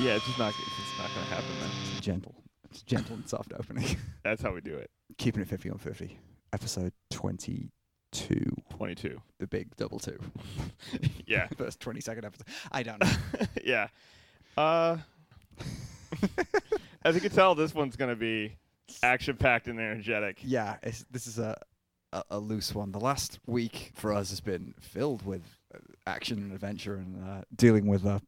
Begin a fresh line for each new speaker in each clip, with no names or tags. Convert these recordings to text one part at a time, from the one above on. Yeah, it's just not. It's just not gonna happen, man.
It's gentle. It's gentle and soft opening.
That's how we do it.
Keeping it 50 on 50. Episode 22.
Twenty-two.
The big double two.
Yeah,
First 20 second episode. I don't know.
yeah. Uh, as you can tell, this one's gonna be action-packed and energetic.
yeah, it's, this is a, a, a loose one. The last week for us has been filled with uh, action and adventure and uh, dealing with uh,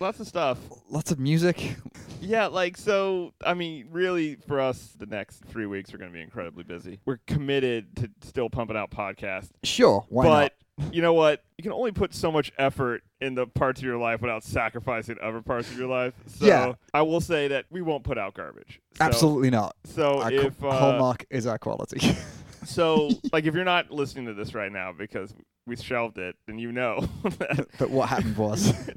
Lots of stuff.
lots of music.
Yeah, like so. I mean, really, for us, the next three weeks are gonna be incredibly busy. We're committed to still pumping out podcasts.
Sure, why not?
but you know what? You can only put so much effort in the parts of your life without sacrificing other parts of your life. So
Yeah.
I will say that we won't put out garbage. So,
Absolutely not.
So
Our co-
if uh,
hallmark is our quality.
so, like if you're not listening to this right now because we shelved it, then you know. that-
but what happened was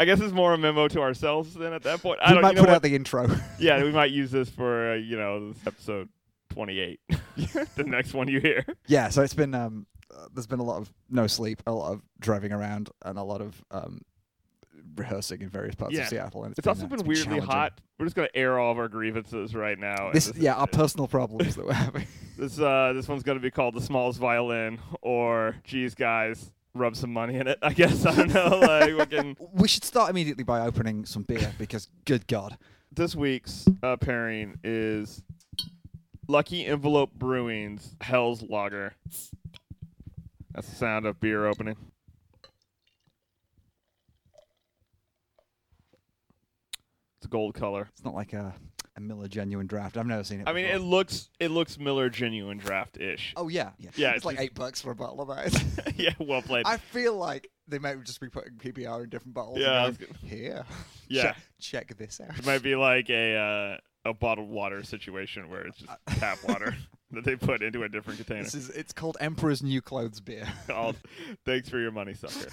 I guess it's more a memo to ourselves then at that point. I
we
don't
might
you know
put
what?
out the intro.
yeah, we might use this for uh, you know this episode 28, the next one you hear.
yeah, so it's been um, uh, there's been a lot of no sleep, a lot of driving around, and a lot of um, rehearsing in various parts
Yeah.
of Seattle. And
It's also
uh,
been weirdly
challenging.
hot. We're just gonna air all of our grievances right now. and
This, yeah, our
is-
personal problems that we're having.
This uh, this one's gonna be called the smallest violin, or geez, guys, rub some money in it. I guess I don't know. Like we can,
We should start immediately by opening some beer because, good God,
this week's uh, pairing is Lucky Envelope Brewing's Hell's Lager. That's the sound of beer opening. It's a gold color.
it's not like a, a Miller genuine draft. I've never seen it.
I mean, it
before.
looks it looks Miller Genuine Draft ish.
oh yeah, yeah,
Yeah,
It's,
it's
like
just-
eight bucks for a bottle of that.
yeah, well played.
I feel like they might just be putting PBR in different bottles. and
Yeah, I was
going, here.
Yeah.
check, check this out.
It might be like a uh, a bottled water situation where it's just tap water that they put into a different container.
This is it's called Emperor's New Clothes beer.
Called, Thanks for your money, sucker.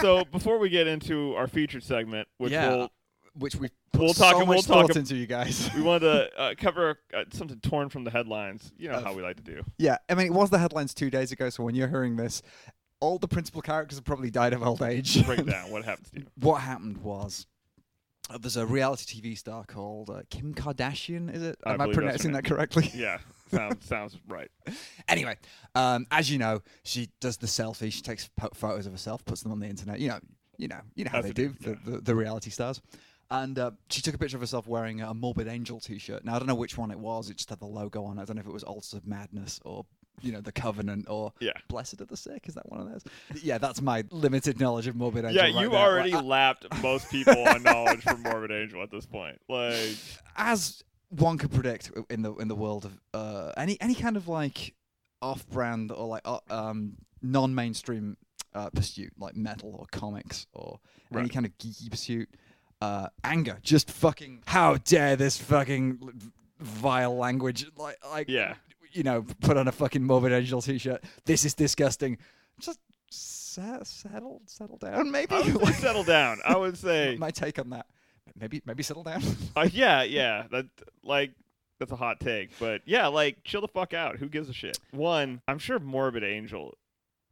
so before we get into our featured segment, which
Yeah.
we'll,
which we put
We'll
we'll
talk-
so
we'll
much
talk
thought
ab-
into you guys.
we wanted to uh, cover uh, something torn from the headlines. You know
Of-
how we like to do.
yeah, I mean it was the headlines two days ago, so when you're hearing this, all the principal characters have probably died of old age.
Break down what happens to you.
what happened was uh, there's a reality TV star called uh, Kim Kardashian. Is it?
I
Am I
believe that's her
pronouncing that correctly?
Yeah, sounds sounds right.
anyway, um, as you know, she does the selfie. She takes po- photos of herself, puts them on the internet. You know, you know, you know how
As
they
they
do
do,
the, the, the reality stars. And uh, she took a picture of herself wearing a Morbid Angel T-shirt. Now I don't know which one it was. It just had the logo on it. I don't know if it was Ults of Madness or you know the Covenant or
Yeah.
Blessed of the Sick. Is that one of those? Yeah, that's my limited knowledge of Morbid Angel.
Yeah,
right
you
there.
already
Like,
lapped most people on knowledge from Morbid Angel at this point. Like,
as one could predict in the in the world of uh, any any kind of like off-brand or like uh, um, non-mainstream uh, pursuit, like metal or comics or any
Right.
kind of geeky pursuit, uh, anger just fucking how dare this fucking l- vile language like like
yeah,
you know put on a fucking morbid angel t-shirt. This is disgusting. Just se- settle settle down maybe.
I would say settle down. I would say
My take on that. Maybe maybe settle down.
Uh, yeah, yeah. That like that's a hot take, but yeah, like chill the fuck out. Who gives a shit? One, I'm sure Morbid Angel,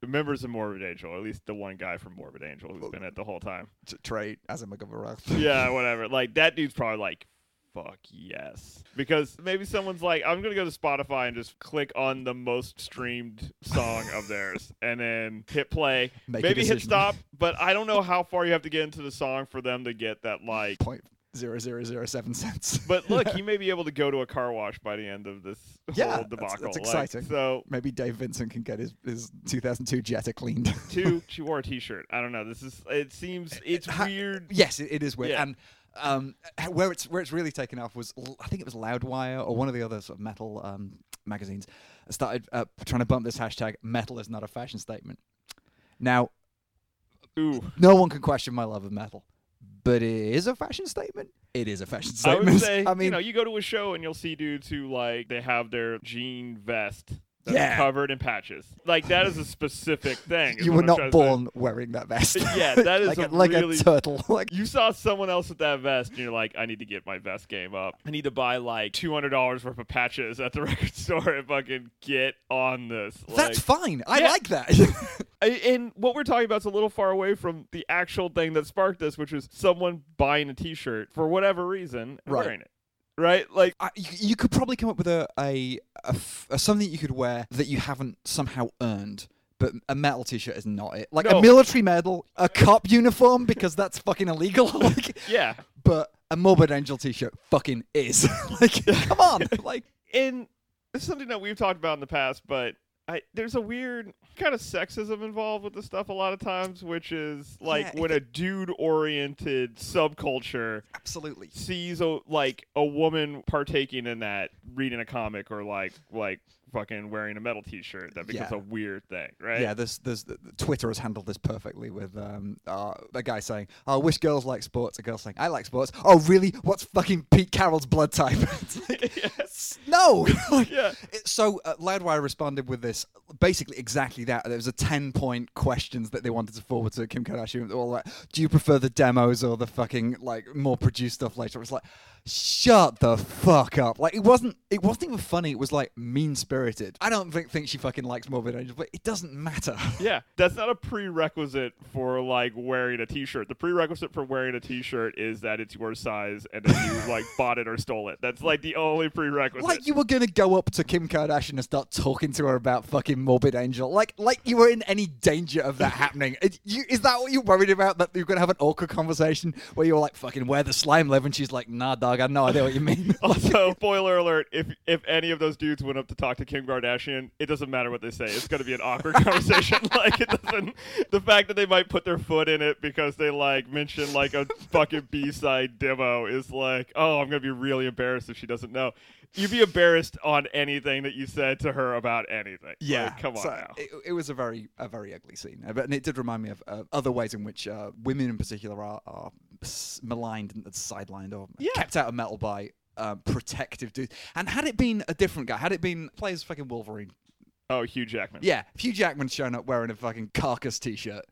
the members of Morbid Angel, or at least the one guy from Morbid Angel who's been it the whole time.
to trade as a McGovern.
Yeah, whatever. Like that dude's probably like. Fuck yes. Because maybe someone's like, I'm going to go to Spotify and just click on the most streamed song of theirs and then hit play.
Make a
maybe hit
decision.
stop, but I don't know how far you have to get into the song for them to get that, like,
point zero zero zero seven cents.
But look, he may be able to go to a car wash by the end of this
Yeah,
whole
that's-
debacle.
that's
Like,
exciting.
so,
maybe Dave Vincent can get his, his 2002 Jetta cleaned.
two, she wore a T-shirt. I don't know. This is. It seems. It's
Eh, ha-
weird.
yes, it, it is weird.
Yeah.
And um, h- where it's where it's really taken off was l- I think it was Loudwire or one of the other sort of metal um, magazines started uh, trying to bump this hashtag "Metal is not a fashion statement." Now,
Ooh.
no one can question my love of metal, but it is a fashion statement. It is a fashion
I
statement.
would say.
I mean,
you know, you go to a show and you'll see dudes who like they have their jean vest that's
Yeah.
covered in patches. Like that is a specific thing. is
you
what
were
I'm trying
not
to say.
born wearing that vest.
Yeah, that is
like
a
like
really-
a turtle. Like
You saw someone else with that vest, and you're like, I need to get my vest game up. I need to buy like two hundred dollars worth of patches at the record store and fucking get on this.
that's
Like-
fine. I
Yeah.
like that.
I- and what we're talking about is a little far away from the actual thing that sparked this, which was someone buying a T-shirt for whatever reason, and
Right.
wearing it, right? Like,
I, you, you could probably come up with a, a, a f- a something that you could wear that you haven't somehow earned. But a metal T-shirt is not it. Like
No.
a military medal, a cop uniform because that's fucking illegal. like,
yeah.
but a Morbid Angel T-shirt fucking is. like, come on. Like,
And this is something that we've talked about in the past, but I, there's a weird kind of sexism involved with this stuff a lot of times, which is like
Yeah,
when a dude-oriented subculture
absolutely.
sees a like a woman partaking in that, reading a comic or like like fucking wearing a metal T-shirt, that becomes
Yeah.
a weird thing, right?
Yeah, there's, there's, th- Twitter has handled this perfectly with um, uh, a guy saying, "Oh, "I wish girls like sports." A girl saying, "I like sports." Oh, really? What's fucking Pete Carroll's blood type? It's like,
yes.
no. Like,
Yeah.
It- so uh, Loudwire responded with this, basically exactly that. There was a ten-point questions that they wanted to forward to Kim Kardashian. All like, do you prefer the demos or the fucking like more produced stuff later? It was like, shut the fuck up. Like it wasn't. It wasn't even funny. It was like mean-spirited. I don't think think she fucking likes Morbid Angel, but it doesn't matter.
Yeah, that's not a prerequisite for like wearing a t-shirt. The prerequisite for wearing a t-shirt is that it's your size and that you like bought it or stole it. That's like the only prerequisite.
Like you were gonna go up to Kim Kardashian and start talking to her about fucking Morbid Angel. Like like you were in any danger of that happening. Is, you, is that what you're worried about? That you're gonna have an awkward conversation where you're like fucking where the slime live, and she's like, nah, dog, I have no idea what you mean.
also, spoiler alert: if if any of those dudes went up to talk to Kim Kardashian, it doesn't matter what they say. It's going to be an awkward conversation. like it doesn't. The fact that they might put their foot in it because they like mention like a fucking B-side demo is like, oh, I'm going to be really embarrassed if she doesn't know. You'd be embarrassed on anything that you said to her about anything.
yeah,
Like, come on
so
now.
It, it was a very a very ugly scene, Uh, but and it did remind me of uh, other ways in which uh, women in particular are, are s- maligned and sidelined or
Yeah.
kept out of metal by. Uh, protective dudes. and had it been a different guy, had it been players fucking Wolverine,
Oh, Hugh Jackman.
Yeah, if Hugh Jackman shown up wearing a fucking carcass t-shirt,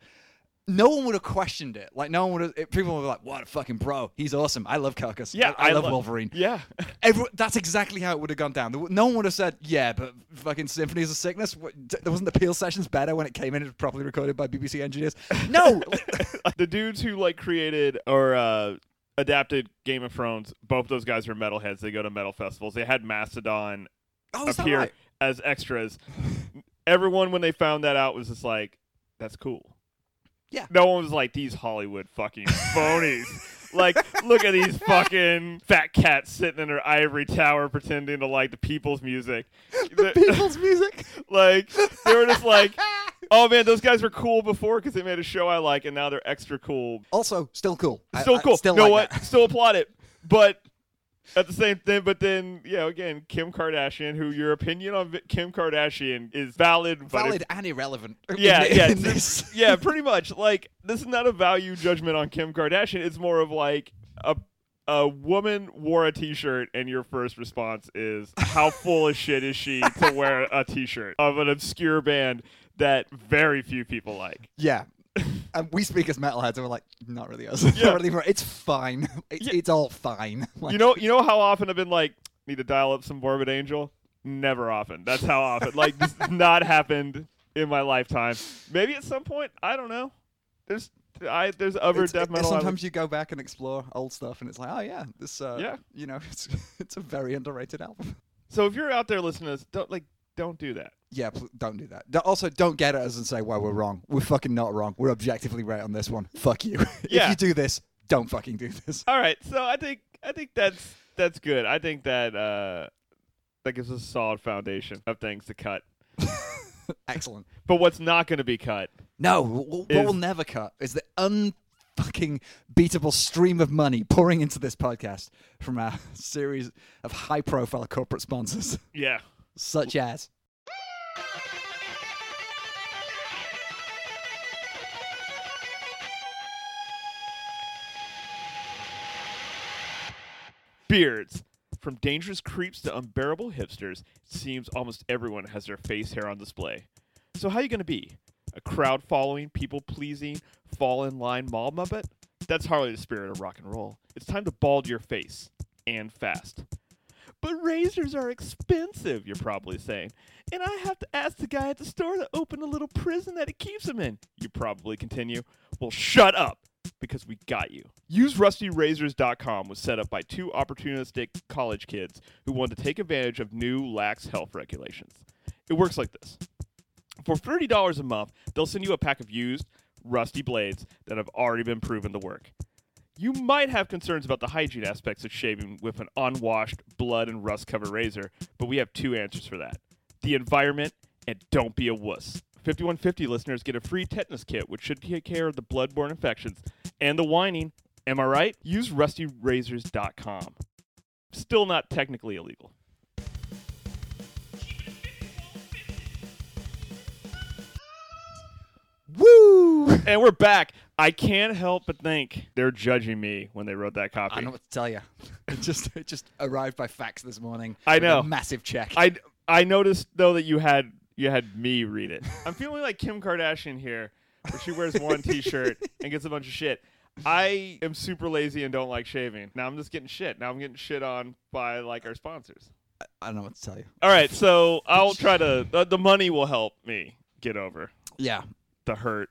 no one would have questioned it. Like no one would have. People would be like, "What a fucking bro! He's awesome. I love carcass.
Yeah,
I, I
I
love
lo-
Wolverine."
Yeah.
Every, that's exactly how it would have gone down. There w- No one would have said, "Yeah, but fucking Symphonies of Sickness." What, d- there wasn't appeal sessions better when it came in and properly recorded by BBC engineers. No,
the dudes who like created or uh adapted Game of Thrones, both those guys are metalheads. They go to metal festivals. They had Mastodon
oh, is that
appear
right?
as extras. Everyone when they found that out was just like, That's cool.
Yeah.
No one was like, These Hollywood fucking phonies. Like, look at these fucking fat cats sitting in their ivory tower pretending to like the people's music.
The people's music.
like, they were just like, oh man, those guys were cool before because they made a show I like, and now they're extra cool.
also, still cool. I-
Still
I
cool.
still
know
like
what?
that.
Still applaud it, but at the same thing. But then, yeah, again, Kim Kardashian, who your opinion on Vi- Kim Kardashian is valid, but if-
Valid and irrelevant. in
yeah,
the-
yeah,
in
it's-
this.
yeah, pretty much. Like this is not a value judgment on Kim Kardashian. It's more of like a a woman wore a T-shirt, and your first response is, "How full of shit is she to wear a T-shirt of an obscure band that very few people like?"
Yeah. And we speak as metalheads, and we're like, not really us.
Yeah.
not really, for- it's fine. It's,
Yeah.
it's all fine. Like,
You know, you know how often I've been like, "Need to dial up some Morbid Angel." Never often. That's how often. Like this has not happened in my lifetime. Maybe at some point, I don't know. There's, I there's other
it's-
death
it-
metal. I would-
sometimes you go back and explore old stuff, and it's like, oh yeah, this. Uh,
Yeah.
You know, it's it's a very underrated album.
So if you're out there listening to this, don't like don't do that.
Yeah, pl- don't do that. D- Also, don't get at us and say, "Well, we're wrong. We're fucking not wrong. We're objectively right on this one. Fuck you. if
Yeah.
you do this, don't fucking do this."
All right. So I think I think that's that's good. I think that uh that gives us a solid foundation of things to cut.
Excellent.
But what's not going to be cut?
No, w- w- what
Is-
we'll never cut is the unfucking beatable stream of money pouring into this podcast from our series of high-profile corporate sponsors,
Yeah.
such as
Beards. From dangerous creeps to unbearable hipsters, it seems almost everyone has their face hair on display. So how you gonna be? A crowd following, people pleasing, fall in line mall muppet? That's hardly the spirit of rock and roll. It's time to bald your face. And fast. But razors are expensive, you're probably saying. And I have to ask the guy at the store to open a little prison that it keeps him in, you probably continue. Well, shut up, because we got you. UseRustyRazors.com was set up by two opportunistic college kids who wanted to take advantage of new, lax health regulations. It works like this for $30 a month, they'll send you a pack of used, rusty blades that have already been proven to work. You might have concerns about the hygiene aspects of shaving with an unwashed, blood and rust covered razor, but we have two answers for that the environment and don't be a wuss. 5150 listeners get a free tetanus kit, which should take care of the bloodborne infections and the whining. Am I right? Use rustyrazors.com. Still not technically illegal.
Woo!
And we're back. I can't help but think they're judging me when they wrote that copy.
I don't know what to tell you. It just it just arrived by fax this morning.
I
with a
know.
massive check.
I I noticed though that you had you had me read it. I'm feeling like Kim Kardashian here, where she wears one T-shirt and gets a bunch of shit. I am super lazy and don't like shaving. Now I'm just getting shit. Now I'm getting shit on by like our sponsors.
I don't know what to tell you.
All right, so I'll try to. The, the money will help me get over
Yeah.
the hurt.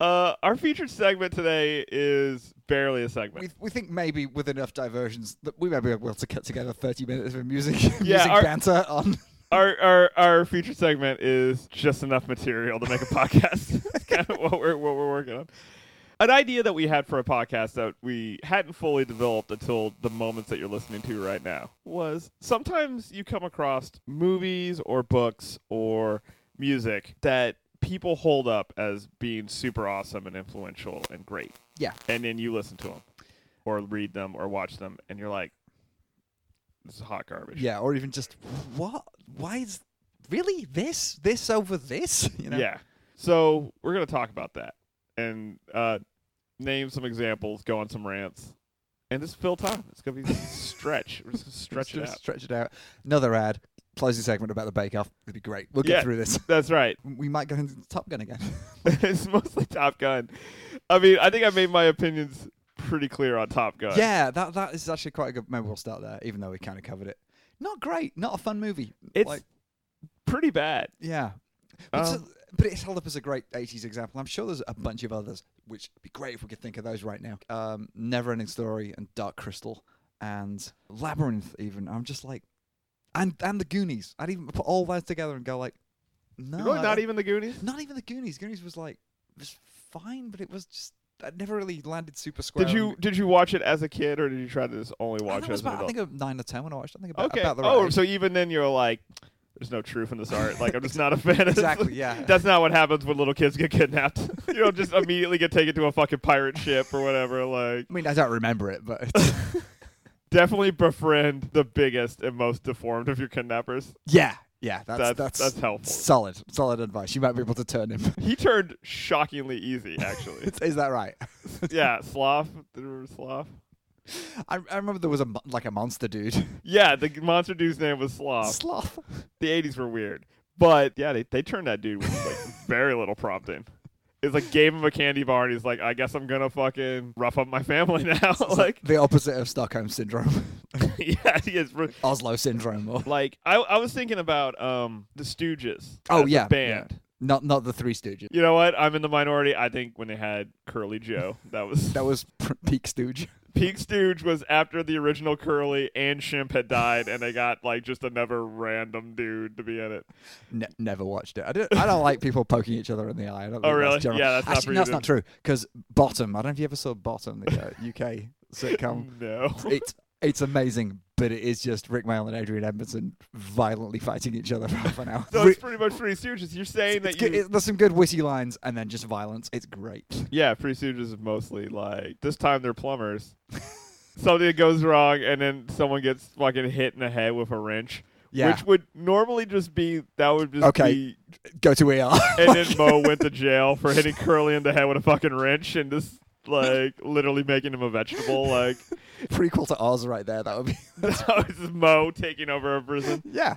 uh, our featured segment today is barely a segment.
We, we think maybe with enough diversions that we may be able to cut together 30 minutes of music, music
our-
banter on.
our our our feature segment is just enough material to make a podcast. That's kind of what we're what we're working on. An idea that we had for a podcast that we hadn't fully developed until the moments that you're listening to right now was sometimes you come across movies or books or music that people hold up as being super awesome and influential and great.
Yeah.
And then you listen to them or read them or watch them and you're like this is hot garbage.
Yeah, or even just, what? Why is. Really? This? This over this? You know?
Yeah. So we're gonna talk about that and uh, name some examples, go on some rants, and just fill time. It's gonna be stretch. We're just gonna stretch it
Just
out.
Stretch it out. Another ad. Closing segment about the Bake Off. It'd be great. We'll get
Yeah.
through this.
That's right.
We might go into Top Gun again.
it's mostly Top Gun. I mean, I think I made my opinions pretty clear on Top Gun.
yeah, that that is actually quite a good. Maybe we'll start there, even though we kind of covered it. Not great. Not a fun movie.
it's
like,
pretty bad.
yeah. But,
Um,
so- but it's held up as a great 80s example. I'm sure there's a bunch of others, which would be great if we could think of those right now. Um, Never Ending Story and Dark Crystal and Labyrinth, even. I'm just like, and and the Goonies. I'd even put all those together and go like, no,
really, not
I don't-
even the Goonies.
not even the Goonies. Goonies was like was fine, but it was just I never really landed super square.
Did
on
you
me.
did you watch it as a kid or did you try to just only
I
watch
think
it
it was
as an
about, I
adult?
think of nine or ten when I watched. I think about,
okay.
about the right
oh,
age.
so even then you're like, there's no truth in this art. Like I'm just not a fan. of this.
exactly, yeah.
That's not what happens when little kids get kidnapped. you don't just immediately get taken to a fucking pirate ship or whatever. Like,
I mean, I don't remember it, but
definitely befriend the biggest and most deformed of your kidnappers.
yeah, yeah, that's
That's
that's,
that's, helpful.
solid, solid advice. You might be able to turn him.
He turned shockingly easy, actually.
is, is that right?
yeah, Sloth. Do you remember Sloth?
I, I remember there was a mon- like a monster dude,
Yeah, the monster dude's name was Sloth.
sloth.
The 80s were weird. But yeah, they, they turned that dude with like very little prompting. It's like gave him a candy bar and he's like, I guess I'm gonna fucking rough up my family now.
It's
like,
the opposite of Stockholm syndrome,
yeah, he is. re-
Oslo syndrome, or
Like I, I was thinking about um the Stooges.
Oh,
as a
yeah, yeah.
band.
not not the Three Stooges.
You know what? I'm in the minority. I think when they had Curly Joe, that was
That was pr- peak Stooge.
Peak Stooge was after the original Curly and Shimp had died, and they got like just another random dude to be in it.
Ne- never watched it. I don't. I don't like people poking each other in the eye. I don't
Oh,
think
really?
That's general.
Yeah, that's not for
Actually,
you
no, that's
then.
not true. Because Bottom. I don't know if you ever saw Bottom, the uh, UK sitcom.
no.
It's it's amazing, but it is just Rick Mayall and Adrian Edmondson violently fighting each other for half an hour.
So
Re-
it's pretty much Free Stooges. You're saying
it's
that
good-
you.
it- there's some good witty lines, and then just violence. It's great.
Yeah, Free Stooges is mostly like this time they're plumbers. Something goes wrong, and then someone gets fucking hit in the head with a wrench.
Yeah.
Which would normally just be that would just
Okay.
be
Go to ER.
and then Mo went to jail for hitting Curly in the head with a fucking wrench and just like literally making him a vegetable. Like
Prequel to ours, right there. That would be.
so it's Mo taking over a prison,
Yeah.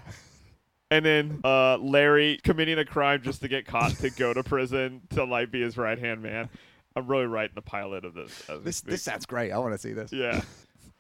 and then uh, Larry committing a crime just to get caught to go to prison to like be his right hand man. I'm really writing the pilot of this. as we
This
speak.
this sounds great. I want to see this.
yeah.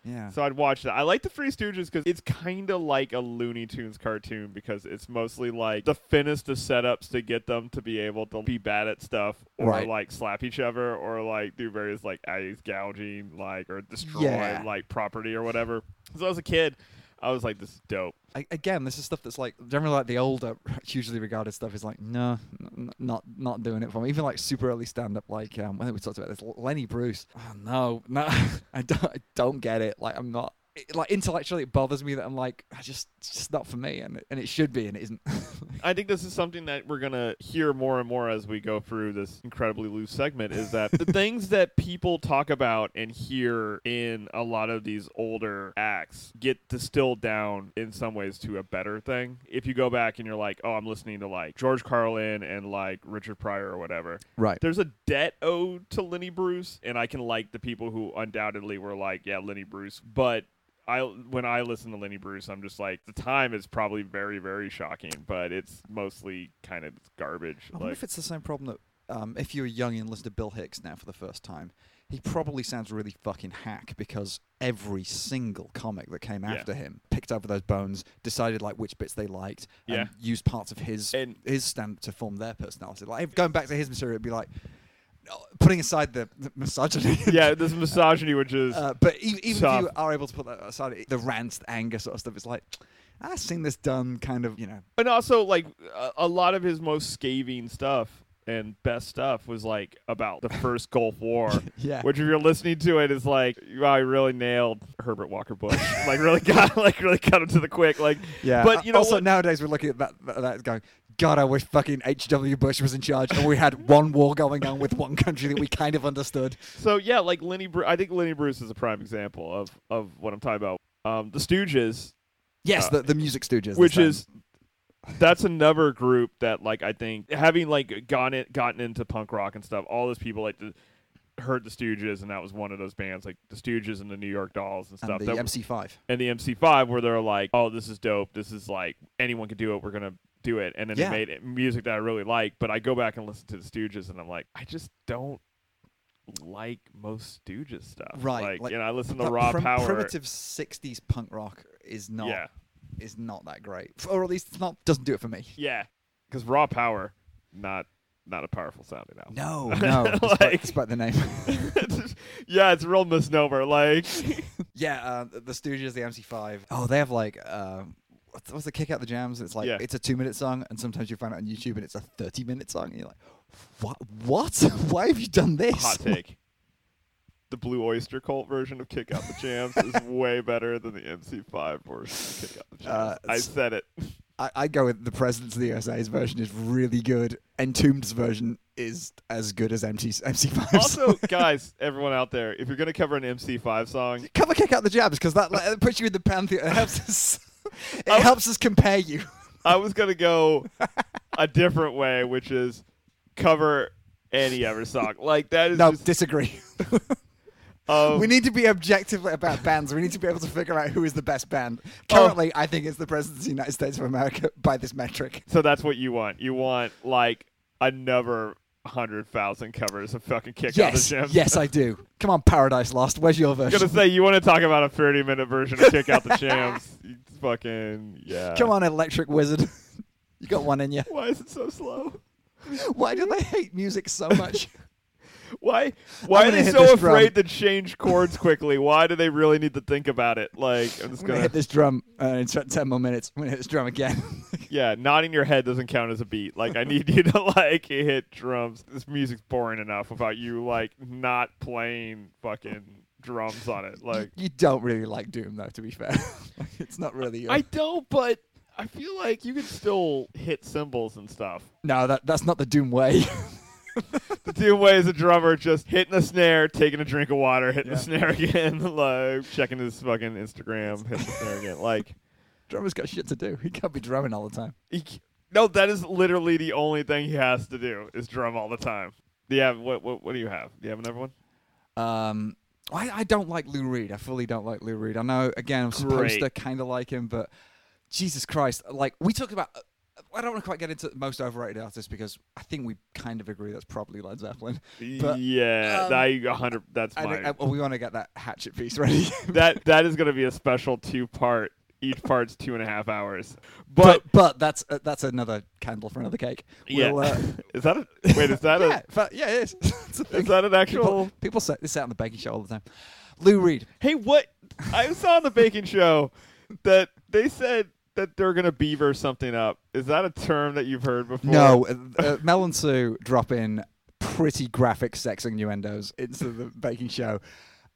Yeah.
So I'd watch that. I like the Free Stooges because it's kind of like a Looney Tunes cartoon because it's mostly like the thinnest of setups to get them to be able to be bad at stuff or
Right.
like slap each other or like do various like eyes gouging like or destroy
Yeah.
like property or whatever. So as a kid, I was like, this is dope.
I, again, this is stuff that's like generally like the older, hugely regarded stuff is like no, n- not not doing it for me. Even like super early stand up, like um, I think we talked about this, L- Lenny Bruce. Oh no, no, I don't, I don't get it. Like I'm not. It, like intellectually, it bothers me that I'm like, I just, it's just not for me, and it, and it should be, and it isn't.
I think this is something that we're gonna hear more and more as we go through this incredibly loose segment. Is that the things that people talk about and hear in a lot of these older acts get distilled down in some ways to a better thing. If you go back and you're like, oh, I'm listening to like George Carlin and like Richard Pryor or whatever,
right.
there's a debt owed to Lenny Bruce, and I can like the people who undoubtedly were like, yeah, Lenny Bruce, but. I, when I listen to Lenny Bruce, I'm just like the time is probably very, very shocking, but it's mostly kind of garbage.
I wonder
like,
if it's the same problem that um, if you're young and listen to Bill Hicks now for the first time, he probably sounds really fucking hack because every single comic that came
Yeah.
after him picked up those bones, decided like which bits they liked, and
Yeah.
used parts of his
And-
his stamp to form their personality. Like if- going back to his material, it'd be like no, putting aside the, the misogyny.
yeah, this misogyny, which is
Uh, but even, even if you
Tough.
are able to put that aside, it- the rants, the anger sort of stuff, it's like, "Ah, I've seen this done kind of, you know,
and also like a, a lot of his most scathing stuff and best stuff was like about the first Gulf War.
Yeah.
Which if you're listening to it is like wow, he really nailed Herbert Walker Bush. like really got like really cut him to the quick. Like
Yeah.
But
a-
you know
also
what?
nowadays we're looking at that, that, that going, God, I wish fucking H.W. Bush was in charge and we had one war going on with one country that we kind of understood.
So yeah, like Lenny, Bru- I think Lenny Bruce is a prime example of of what I'm talking about. Um, the Stooges,
Yes,
Uh,
the, the music stooges. the
which
same.
is that's another group that like I think having like gone it, gotten into punk rock and stuff, all those people like the, heard the Stooges, and that was one of those bands like the Stooges and the New York Dolls and
and
stuff.
the
that,
MC5.
and the MC5, where they're like, "Oh, this is dope. This is like anyone could do it. We're gonna." Do it, and then
Yeah.
they made it- music that I really like. But I go back and listen to the Stooges, and I'm like, I just don't like most Stooges stuff.
Right,
Like,
like,
you know, I listen to
That
Raw
prim-
Power.
primitive 60s punk rock is not
Yeah,
is not that great. Or at least it's not doesn't do it for me.
yeah, because Raw Power, not not a powerful sounding album.
No, no, despite,
Like-
despite the name.
yeah, it's a real misnomer. Like,
yeah, uh, the the Stooges, the MC5. Oh, they have like um, what's, what's the kick out the jams? It's like
Yeah.
it's a two minute song, and sometimes you find it on YouTube and it's a thirty minute song, and you're like, what? What? Why have you done this?
hot take. The Blue Oyster Cult version of Kick Out the Jams is way better than the MC5 version of Kick Out the Jams.
Uh,
I
s-
said it.
I, I go with the Presidents of the USA's version is really good. Entombed's version is as good as MC MC5's.
Also, guys, everyone out there, if you're gonna cover an MC5 song,
cover kick out the jams because that like, it puts you in the pantheon. It helps us. It
I-
helps us compare you.
I was gonna go a different way, which is cover any other song. Like that is
No,
just,
disagree.
um,
we need to be objective about bands. We need to be able to figure out who is the best band.
Oh.
Currently, I think it's the President of the United States of America by this metric.
So that's what you want. You want like another hundred thousand covers of fucking kick
Yes,
out the gym.
yes, I do. Come on, Paradise Lost. Where's your
I'm
version?
gonna say you want to talk about a 30 minute version of Kick Out the Jams. You fucking yeah.
Come on, Electric Wizard. you got one in you.
Why is it so slow?
Why do they hate music so much?
Why why are
gonna
they
hit
so
this drum.
afraid to change chords quickly? Why do they really need to think about it? Like I'm just
I'm gonna
gonna
hit this drum uh, in t- ten more minutes. I'm gonna hit this drum again.
yeah, nodding your head doesn't count as a beat. Like I need you to like hit drums. This music's boring enough without you like not playing fucking drums on it. Like
you don't really like Doom, though. To be fair, it's not really. Your...
I don't, but I feel like you can still hit cymbals and stuff.
No, that that's not the Doom way.
The two ways a drummer just hitting a snare, taking a drink of water, hitting the
Yeah.
snare again, like checking his fucking Instagram, hitting the snare again. Like,
Drummer's got shit to do. He can't be drumming all the time.
he, c- no, that is literally the only thing he has to do is drum all the time. Do you have what? What, what do you have? Do you have another one?
Um, I, I don't like Lou Reed. I fully don't like Lou Reed. I know, again, I'm
Great.
supposed to kind of like him, but Jesus Christ. Like, we talked about. I don't want to quite get into most overrated artists because I think we kind of agree that's probably Led Zeppelin. But,
yeah,
um,
I a hundred. That's
I
my
think, uh, we want to get that hatchet piece ready.
that that is going to be a special two part. Each part's two and a half hours. But,
but but that's uh, that's another candle for another cake.
yeah,
We'll, uh,
is that a wait? Is that
yeah, fa- yeah, it is. It's a
a is
thing.
that an
people,
actual?
people say this out on the baking show all the time. Lou Reed.
Hey, what I saw on the baking show that they said that they're going to beaver something up. Is that a term that you've heard before?
No, uh, uh, Mel and Sue drop in pretty graphic sex innuendos into the baking show.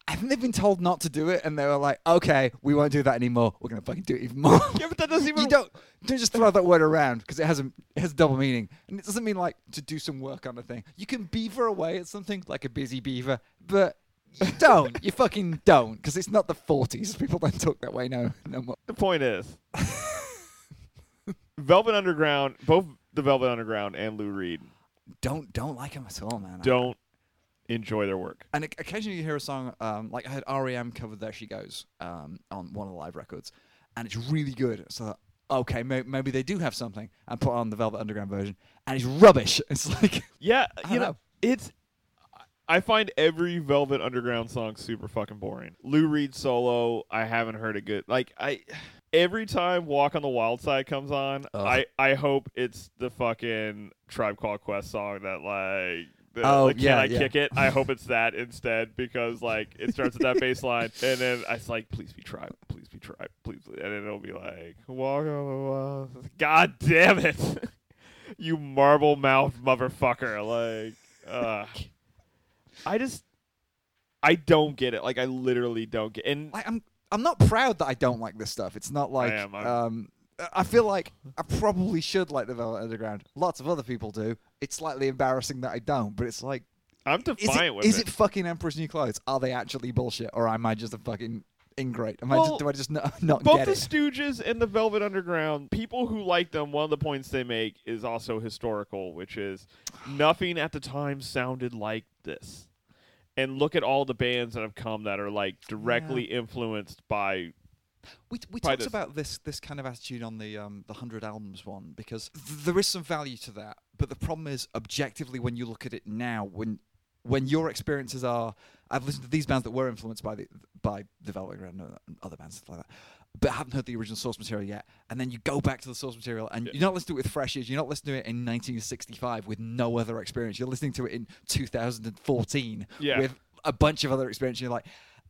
I think they've been told not to do it, and they were like, "Okay, we won't do that anymore. We're gonna fucking do it even more."
Yeah, but that doesn't even.
you don't don't just throw that word around because it has a it has double meaning, and it doesn't mean like to do some work on a thing. You can beaver away at something like a busy beaver, but you don't. you fucking don't because it's not the forties. People don't talk that way no no more.
The point is, Velvet Underground, both the Velvet Underground and Lou Reed,
Don't don't like them at all, man.
don't enjoy their work.
And oc- occasionally you hear a song, um, like I heard REM covered There She Goes um, on one of the live records, and it's really good. So, I thought, okay, may- maybe they do have something. And put on the Velvet Underground version, and it's rubbish. It's like,
Yeah,
I
you know,
know.
it's. I find every Velvet Underground song super fucking boring. Lou Reed solo, I haven't heard a good like I. Every time Walk on the Wild Side comes on,
Ugh.
I I hope it's the fucking Tribe Called Quest song that like. The,
Oh,
like,
yeah,
can I
yeah.
kick it? I hope it's that instead because like it starts at that bass line and then I it's like please be tribe, please be tribe, please, please. and then it'll be like walk on the wild. God damn it! you marble mouth motherfucker. Like, uh, I just, I don't get it. Like, I literally don't get. And
like, I'm I'm not proud that I don't like this stuff. It's not like
am, I'm-
um, I feel like I probably should like the Velvet Underground. Lots of other people do. It's slightly embarrassing that I don't, but it's like,
I'm
is
defiant
it,
with
is
it.
it fucking Emperor's New Clothes? Are they actually bullshit, or am I just a fucking ingrate? Am I
Well,
just, do I just not, not
Both
get
the
it?
Stooges and the Velvet Underground, people who like them, one of the points they make is also historical, which is nothing at the time sounded like this. And look at all the bands that have come that are like directly influenced by
We, we
By
talked
this.
about this this kind of attitude on the um, the hundred albums one because th- there is some value to that, but the problem is objectively when you look at it now, when when your experiences are, I've listened to these bands that were influenced by the by the Velvet Underground and other bands stuff like that, but haven't heard the original source material yet, and then you go back to the source material and you're not listening to it with fresh ears, you're not listening to it in 1965 with no other experience, you're listening to it in 2014
Yeah.
with a bunch of other experience. You're like,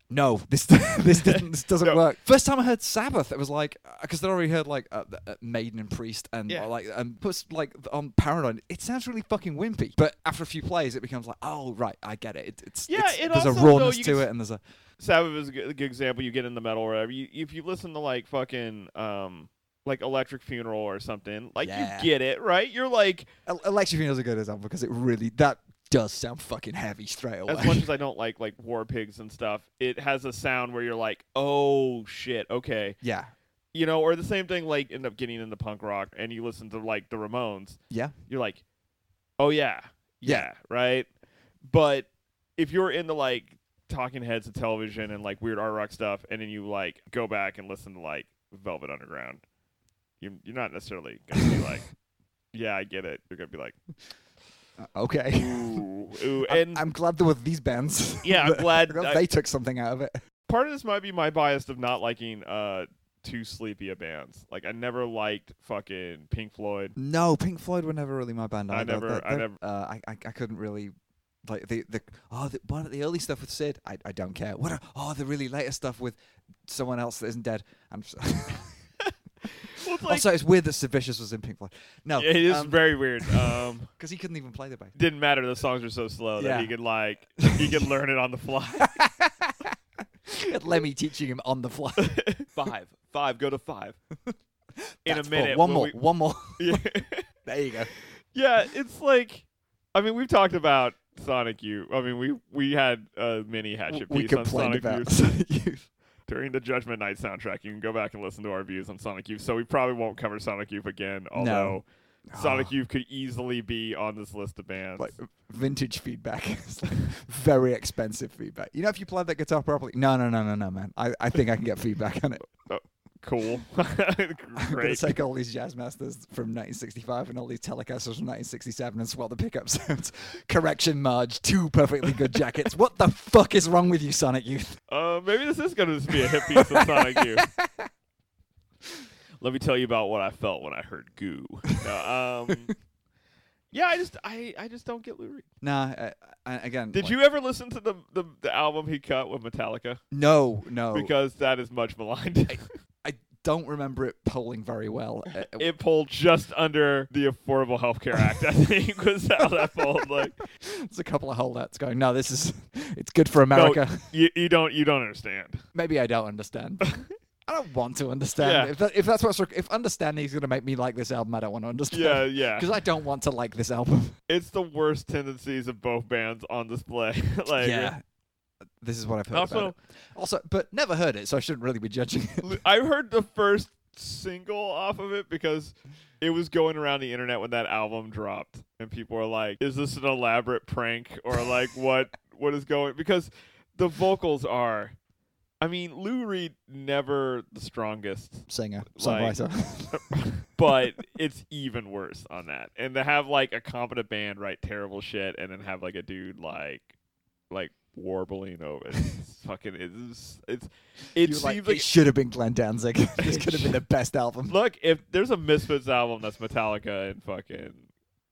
no, this this doesn't, this doesn't
No.
work. First time I heard Sabbath, it was like because I'd already heard like uh, uh, Maiden and Priest and
Yeah.
uh, like and puts like on Paranoid. It sounds really fucking wimpy, but after a few plays, it becomes like, oh right, I get it. it it's
Yeah,
it's-
it
there's
also,
a
though,
rawness
you
to
can s-
it, and there's a
Sabbath is a good, a good example. You get in the metal or whatever. You, if you listen to like fucking um like Electric Funeral or something, like
Yeah.
you get it, right? You're like
El- Electric Funeral's a good example because it really that does sound fucking heavy straight away.
as much as I don't like like War Pigs and stuff, it has a sound where you're like, "Oh shit, okay."
yeah,
You know, or the same thing like end up getting into punk rock and you listen to like the Ramones,
yeah,
you're like, "Oh yeah."
Yeah.
Yeah, right? But if you're into like talking heads and television and like weird art rock stuff and then you like go back and listen to like Velvet Underground, you you're not necessarily going to be like, "Yeah, I get it." You're going to be like,
Uh, okay.
"Ooh, ooh."
I'm-
And
I'm glad there were these bands.
Yeah, I'm
that-
glad I-
they took something out of it.
part of this might be my bias of not liking uh too sleepy of bands. Like I never liked fucking Pink Floyd.
No, Pink Floyd were never really my band.
I
either.
never-
They're-
I
they're-
never-
Uh, I, I, I couldn't really like the the oh the, one of the early stuff with Sid. I, I don't care. What are, oh the really later stuff with someone else that isn't dead. I'm just,
Well, it's like,
also it's weird that Sid Vicious was in Pink Floyd. No,
it is
um,
very weird. Um,
because he couldn't even play the bass.
didn't matter. The songs were so slow
Yeah.
that he could like he could learn it on the fly.
Lemmy teaching him on the fly.
five, five, go to five. In a
That's four.
minute,
one
when
more, one more.
we- yeah,
There you go.
yeah, it's like, I mean, we've talked about Sonic Youth. I mean, we we had a mini hatchet
we
piece on Sonic
complained about
Youth
youth.
during the Judgment Night soundtrack. You can go back and listen to our views on Sonic Youth. So we probably won't cover Sonic Youth again. Although Sonic Youth could easily be on this list of bands.
like vintage feedback. it's like very expensive feedback. You know, if you played that guitar properly, no, no, no, no, no, man. I, I think I can get feedback on it.
cool.
I'm gonna
Great.
take all these jazz masters from 1965 and all these Telecasters from 1967 and swap the pickup sounds. Correction, Marge. Two perfectly good jackets. what the fuck is wrong with you, Sonic Youth?
Uh, maybe this is gonna just be a hit piece of Sonic Youth. Let me tell you about what I felt when I heard "Goo." No, um, yeah, I just I, I just don't get Lou Reed.
Nah. Uh, uh, again.
Did
like-
you ever listen to the, the the album he cut with Metallica?
No, no.
Because that is much maligned.
Oh. I don't remember it polling very well. Uh,
it polled just under the Affordable Health Care Act. I think was how that polled. Like
It's a couple of holdouts going. No, this is. It's good for America.
you, you don't you don't understand.
Maybe I don't understand. I don't want to understand.
Yeah.
If, that, if that's what's rec- if understanding is going to make me like this album, I don't want to understand.
Yeah, yeah.
Because I don't want to like this album.
It's the worst tendencies of both bands on display. like
This is what I've heard
Also-
about it. Also, but never heard it, so I shouldn't really be judging it.
L- I heard the first single off of it because it was going around the internet when that album dropped, and people were like, "Is this an elaborate prank or like what what is going?" Because the vocals are, I mean, Lou Reed never the strongest,
Singer,
Like-
songwriter.
but it's even worse on that. And to have like a competent band write terrible shit, and then have like a dude like like warbling over it. It's fucking it's it's it
You're
seems
like,
like
it should have been Glenn Danzig. this could have been the best album.
Look, if there's a Misfits album that's Metallica and fucking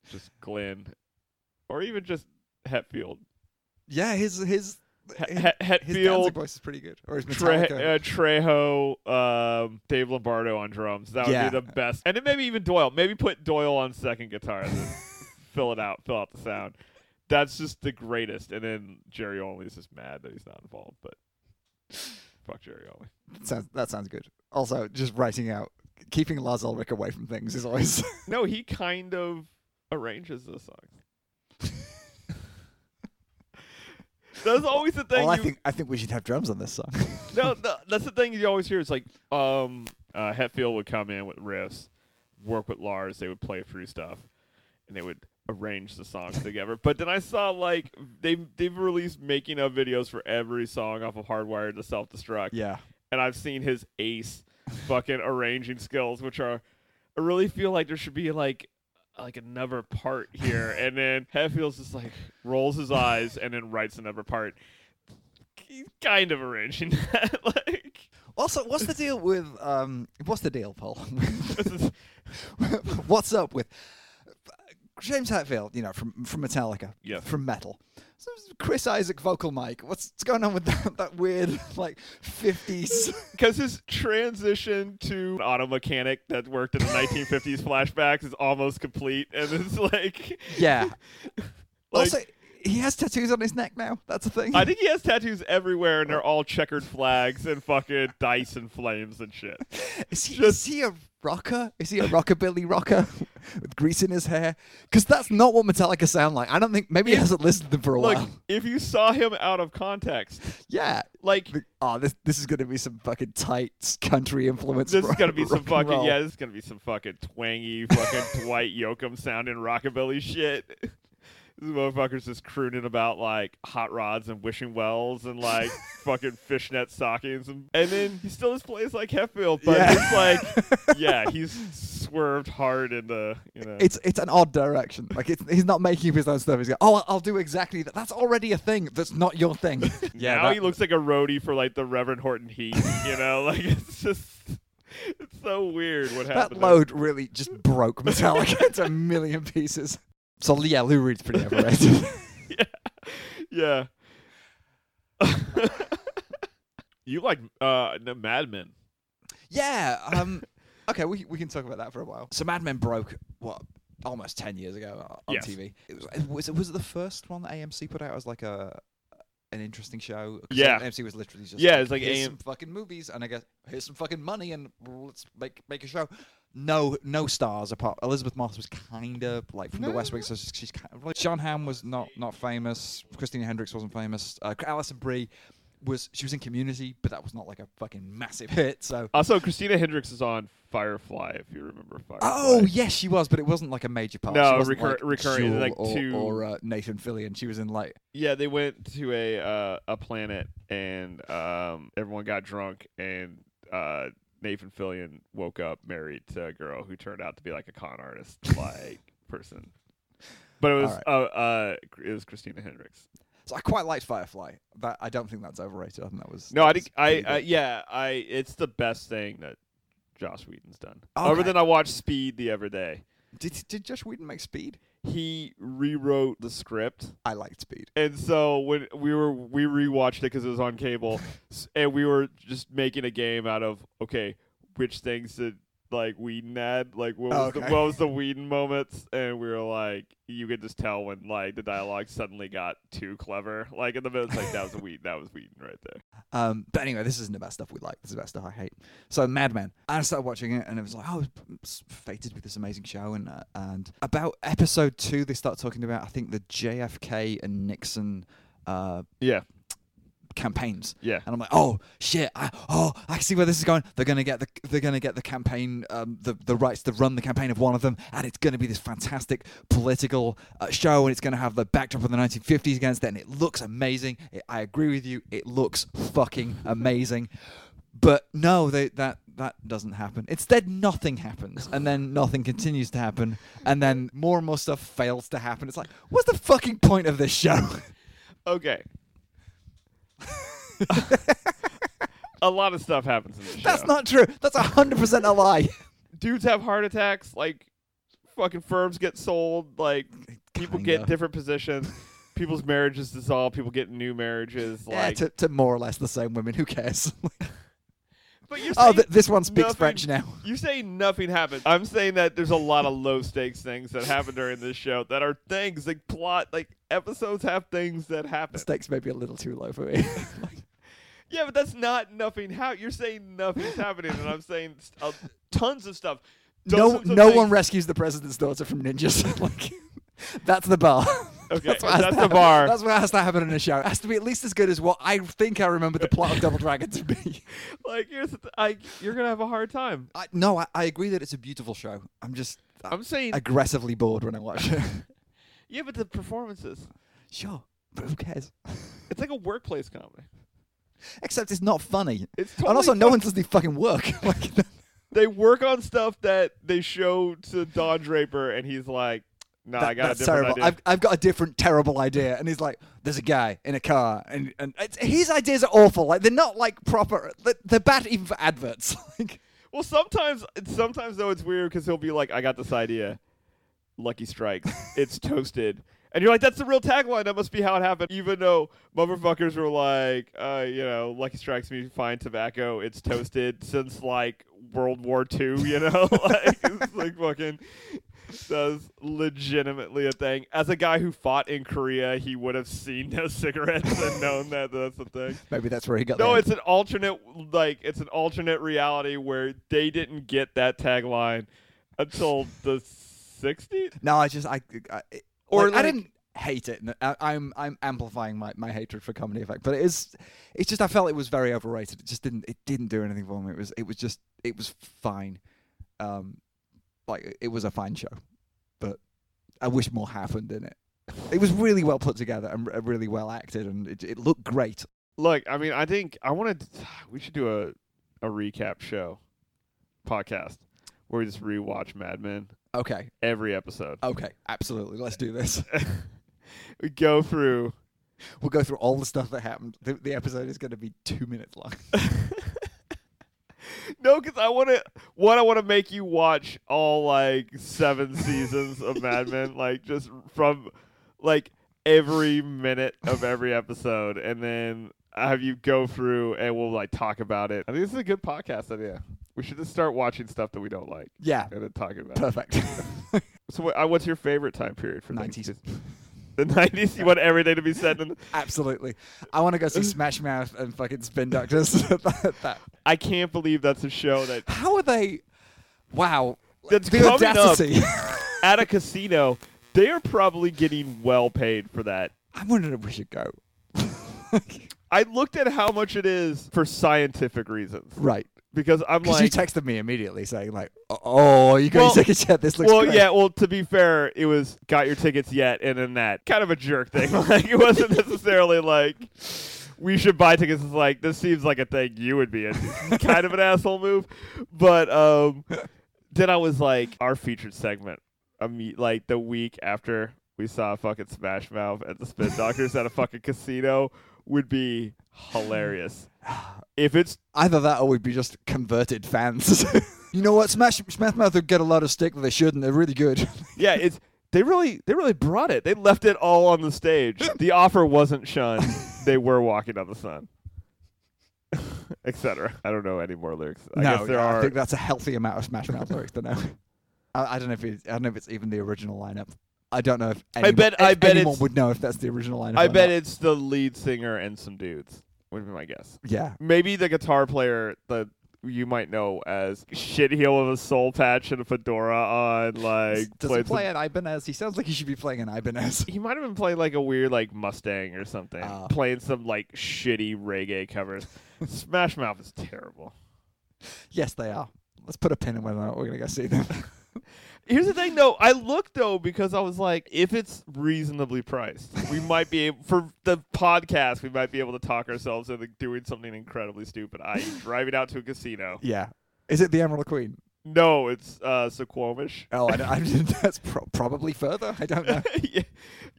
just Glenn, or even just Hetfield,
Yeah, his his
He-
his,
He-
his Danzig
Hetfield,
voice is pretty good. Or his
Tre-
Metallica.
uh, Trejo, um, Dave Lombardo on drums. That would
Yeah.
be the best, and then maybe even Doyle. Maybe put Doyle on second guitar, and then fill it out, fill out the sound. That's just the greatest. And then Jerry Only is just mad that he's not involved, but fuck Jerry Only.
Sounds, that sounds good. Also, just writing out, keeping Lars Ulrich away from things is always.
No, he kind of arranges the songs. that's always the thing.
well, I
you-
think I think we should have drums on this song.
no, no, that's the thing you always hear. It's like um, uh, Hetfield would come in with riffs, work with Lars. They would play through stuff, and they would arrange the songs together. But then I saw like they they've released making of videos for every song off of Hardwired to Self Destruct
yeah,
and I've seen his ace fucking arranging skills, which are I really feel like there should be like like another part here, and then Hetfield's just like rolls his eyes and then writes another part. He's kind of arranging that, like
Also, what's the deal with um? What's the deal, Paul?
this is-
what's up with James Hetfield? You know, from from Metallica,
Yeah.
from metal. So it's Chris Isaac vocal mic. What's what's going on with that, that weird like fifties?
Because his transition to an auto mechanic that worked in the 1950s flashbacks is almost complete, and it's like,
yeah.
like
also, he has tattoos on his neck now. That's a thing.
I think he has tattoos everywhere, and they're all checkered flags and fucking dice and flames and shit.
Is he,
Just-
is he a rocker? Is he a rockabilly rocker with grease in his hair? Because that's not what Metallica sound like. I don't think. Maybe he hasn't listened to them for a
Look,
while.
if you saw him out of context,
Yeah.
like
The- Oh, this this is gonna be some fucking tight country influence.
this is
rock-
gonna be some
rock and
fucking
roll.
yeah, this is gonna be some fucking twangy fucking Dwight Yoakam sounding rockabilly shit. This motherfucker's just crooning about like hot rods and wishing wells and like fucking fishnet stockings and, and then he still just plays like Hetfield, but
Yeah.
it's like yeah, he's swerved hard in the you know
It's it's an odd direction. Like it's, he's not making up his own stuff. He's going, oh, I'll- I'll do exactly that. That's already a thing. That's not your thing.
now
that-
he looks like a roadie for like the Reverend Horton Heat, you know, like it's just it's so weird what
that
happened. there.
load really just broke Metallica into a million pieces. So yeah, Lou Reed's pretty overrated.
yeah. you like uh no, Mad Men.
yeah. Um. Okay, we we can talk about that for a while. So Mad Men broke what almost ten years ago on
Yes.
TV. It was, it was was it the first one that AMC put out as like a an interesting show? 'Cause
Yeah.
AMC was literally just
Yeah, it's like
here's
AM
some fucking movies, and I guess here's some fucking money, and let's make make a show. No, no stars apart. Elizabeth Moss was kind of like from the
No.
West Wing, so she's, she's kind of like John Hamm was not not famous. Christina Hendricks wasn't famous. Uh, Alison Brie was she was in Community, but that was not like a fucking massive hit. So
Also, Christina Hendricks is on Firefly, if you remember Firefly.
oh yes, she was, but it wasn't like a major part.
No,
she wasn't,
recur-
like,
recurring,
Jewel
like,
or,
two-
or uh, Nathan Fillion. She was in like
Yeah, they went to a uh, a planet and um, everyone got drunk and uh, Nathan Fillion woke up married to a girl who turned out to be like a con artist like person. But it was
Alright.
uh, uh, it was Christina Hendricks.
So I quite liked Firefly. That I don't think that's overrated. I think that was
No, I
that was
think I
pretty
uh,
good.
yeah I it's the best thing that Joss Whedon's done. Other
Okay.
than I watched Speed the other day.
did did Josh Whedon make Speed?
He rewrote the script
I liked Speed.
And so when we were we rewatched it because it was on cable, s- and we were just making a game out of okay, which things did like Whedon had, like what was the
Okay.
what was the Whedon moments, and we were like, you could just tell when like the dialogue suddenly got too clever, like in the middle, it's like that was a Whedon, that was Whedon right there.
Um, but anyway, this isn't about stuff we like. This is about stuff I hate. So Mad Men. I started watching it, and it was like, oh, I was p- s- fated with this amazing show. And uh, and about episode two, they start talking about I think the JFK and Nixon uh,
Yeah,
campaigns.
yeah,
And I'm like, oh shit! I, oh, I see where this is going. They're gonna get the they're gonna get the campaign, um, the the rights to run the campaign of one of them, and it's gonna be this fantastic political uh, show, and it's gonna have the backdrop of the 1950s against it, and it looks amazing. It, I agree with you. It looks fucking amazing. But no, they, that that doesn't happen. Instead, nothing happens, and then nothing continues to happen, and then more and more stuff fails to happen. It's like, what's the fucking point of this show?
okay. a lot of stuff happens in this show.
That's not true. That's hundred percent a lie.
dudes have heart attacks, like fucking firms get sold, like people get
Kinda.
different positions, people's marriages dissolve, people get new marriages,
Yeah,
like
to, to more or less the same women. Who cares?
But you're
oh,
saying
th- this one speaks
nothing-
French now.
You say nothing happened. I'm saying that there's a lot of low stakes things that happen during this show that are things like plot, like episodes have things that
The
happen.
stakes may be a little too low for me.
Yeah, but that's not nothing. How you're saying nothing's happening, and I'm saying st- uh, tons of stuff.
no,
Dozens of
no
things-
one rescues the president's daughter from ninjas. like, that's the bar.
Okay,
has
that's
to
the
happen-
bar.
That's what has to happen in a show. It has to be at least as good as what I think I remember the plot of Double Dragon to be.
Like, here's the th- I, you're gonna have a hard time.
I, no, I, I agree that it's a beautiful show. I'm just I'm
I'm saying,
aggressively bored when I watch it.
yeah, but the performances.
sure, but who cares?
It's like a workplace comedy.
Except it's not funny.
It's totally
and also, no
fuck-
one does the fucking work. like,
They work on stuff that they show to Don Draper, and he's like, "No, nah, Oh, I
That-
got a
that's
different
terrible.
idea."
I've, I've got a different terrible idea, and he's like, "There's a guy in a car, and and it's, his ideas are awful. Like they're not like proper. They're, they're bad even for adverts. like,
Well, sometimes, sometimes though, it's weird because he'll be like, "I got this idea, Lucky Strikes, it's toasted," and you're like, "That's the real tagline. That must be how it happened." Even though motherfuckers were like, uh, "You know, Lucky Strikes me fine tobacco, it's toasted since like World War II," you know, like it's like fucking. That's legitimately a thing. As a guy who fought in Korea, he would have seen those cigarettes and known that that's a thing.
maybe that's where he got.
No,
the
it's an alternate like it's an alternate reality where they didn't get that tagline until the 60s.
no. I just I, I it-
Or,
like, I
like-
didn't hate it. and I, I'm I'm amplifying my, my hatred for comedy effect, but it is. It's just I felt it was very overrated. It just didn't it didn't do anything for me. It was it was just it was fine. Um, like it was a fine show, but I wish more happened in it. It was really well put together and r- really well acted, and it, it looked great.
Look, I mean, I think I want to we should do a a recap show podcast where we just rewatch Mad Men
Okay,
every episode.
okay, absolutely. Let's do this.
Uh, we go through
We'll go through all the stuff that happened. The, the episode is going to be two minutes long.
No, because I want to. What I want to make you watch all like seven seasons of Mad Men, like just from like every minute of every episode, and then have you go through and we'll like talk about it. I think this is a good podcast idea. We should just start watching stuff that we don't like
Yeah,
and then talking about. it.
perfect.
So, what, uh, what's your favorite time period for things?
90s.
The nineties. You want everything to be said. In
Absolutely. I want to go see Smash Mouth and fucking Spin Doctors. That- that-
I can't believe that's a show that
How are they? Wow.
That's
the
coming up.
audacity.
at a casino they are probably getting well paid for that.
I'm wondering if we should go.
I looked at how much it is for scientific reasons
Right.
because I'm
Because
like,
you texted me immediately saying like, "Oh, you got
Well-
your tickets yet? This looks
well,
great."
yeah. Well, to be fair, it was got your tickets yet, and then that kind of a jerk thing. like it wasn't necessarily like we should buy tickets. It's like this seems like a thing you would be in. kind of an asshole move, but um, then I was like, our featured segment, imme- like the week after we saw fucking Smash Mouth at the Spin Doctors at a fucking casino would be hilarious. If it's
Either that or we'd be just converted fans. you know what? Smash Smash Mouth would get a lot of stick that they shouldn't. They're really good.
yeah, it's they really they really brought it. They left it all on the stage. The offer wasn't shunned. They were walking on the sun. Etc. I don't know any more lyrics. I
no,
guess there
yeah,
are
I think that's a healthy amount of Smash Mouth lyrics to know. I, I don't know if it, I don't know if it's even the original lineup. I don't know if anyone,
bet- I
if
bet
anyone
it's-
would know if that's the original lineup.
I
or
bet
not.
it's the lead singer and some dudes. Would be my guess.
Yeah,
Maybe the guitar player that you might know as shitheel with a soul patch and a fedora on like
does he
played some-
play an Ibanez? He sounds like he should be playing an Ibanez.
he might have been playing like a weird like Mustang or something,
Ah.
playing some like shitty reggae covers. Smash Mouth is terrible.
yes, they are. Let's put a pin in whether or not we're gonna go see them.
Here's the thing, though. I looked though because I was like, if it's reasonably priced, we might be able, for the podcast. We might be able to talk ourselves into doing something incredibly stupid. I e, driving out to a casino.
yeah, is it the Emerald Queen?
No, it's uh, Suquamish.
Oh, I, don't- I, that's pro- probably further. I don't know.
yeah,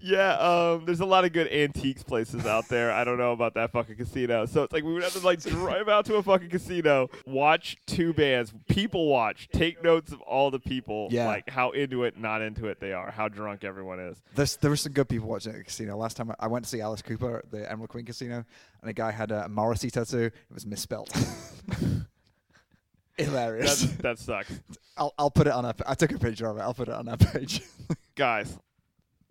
yeah. Um, there's a lot of good antiques places out there. I don't know about that fucking casino. So it's like we would have to like drive out to a fucking casino, watch two bands, people watch, take notes of all the people,
Yeah.
like how into it, not into it they are, how drunk everyone is.
There's, there were some good people watching at the casino. Last time I, I went to see Alice Cooper at the Emerald Queen Casino, and a guy had a Morrissey tattoo. It was misspelled. Hilarious.
That's, that sucks.
I'll, I'll put it on our. I took a picture of it. I'll put it on our page.
guys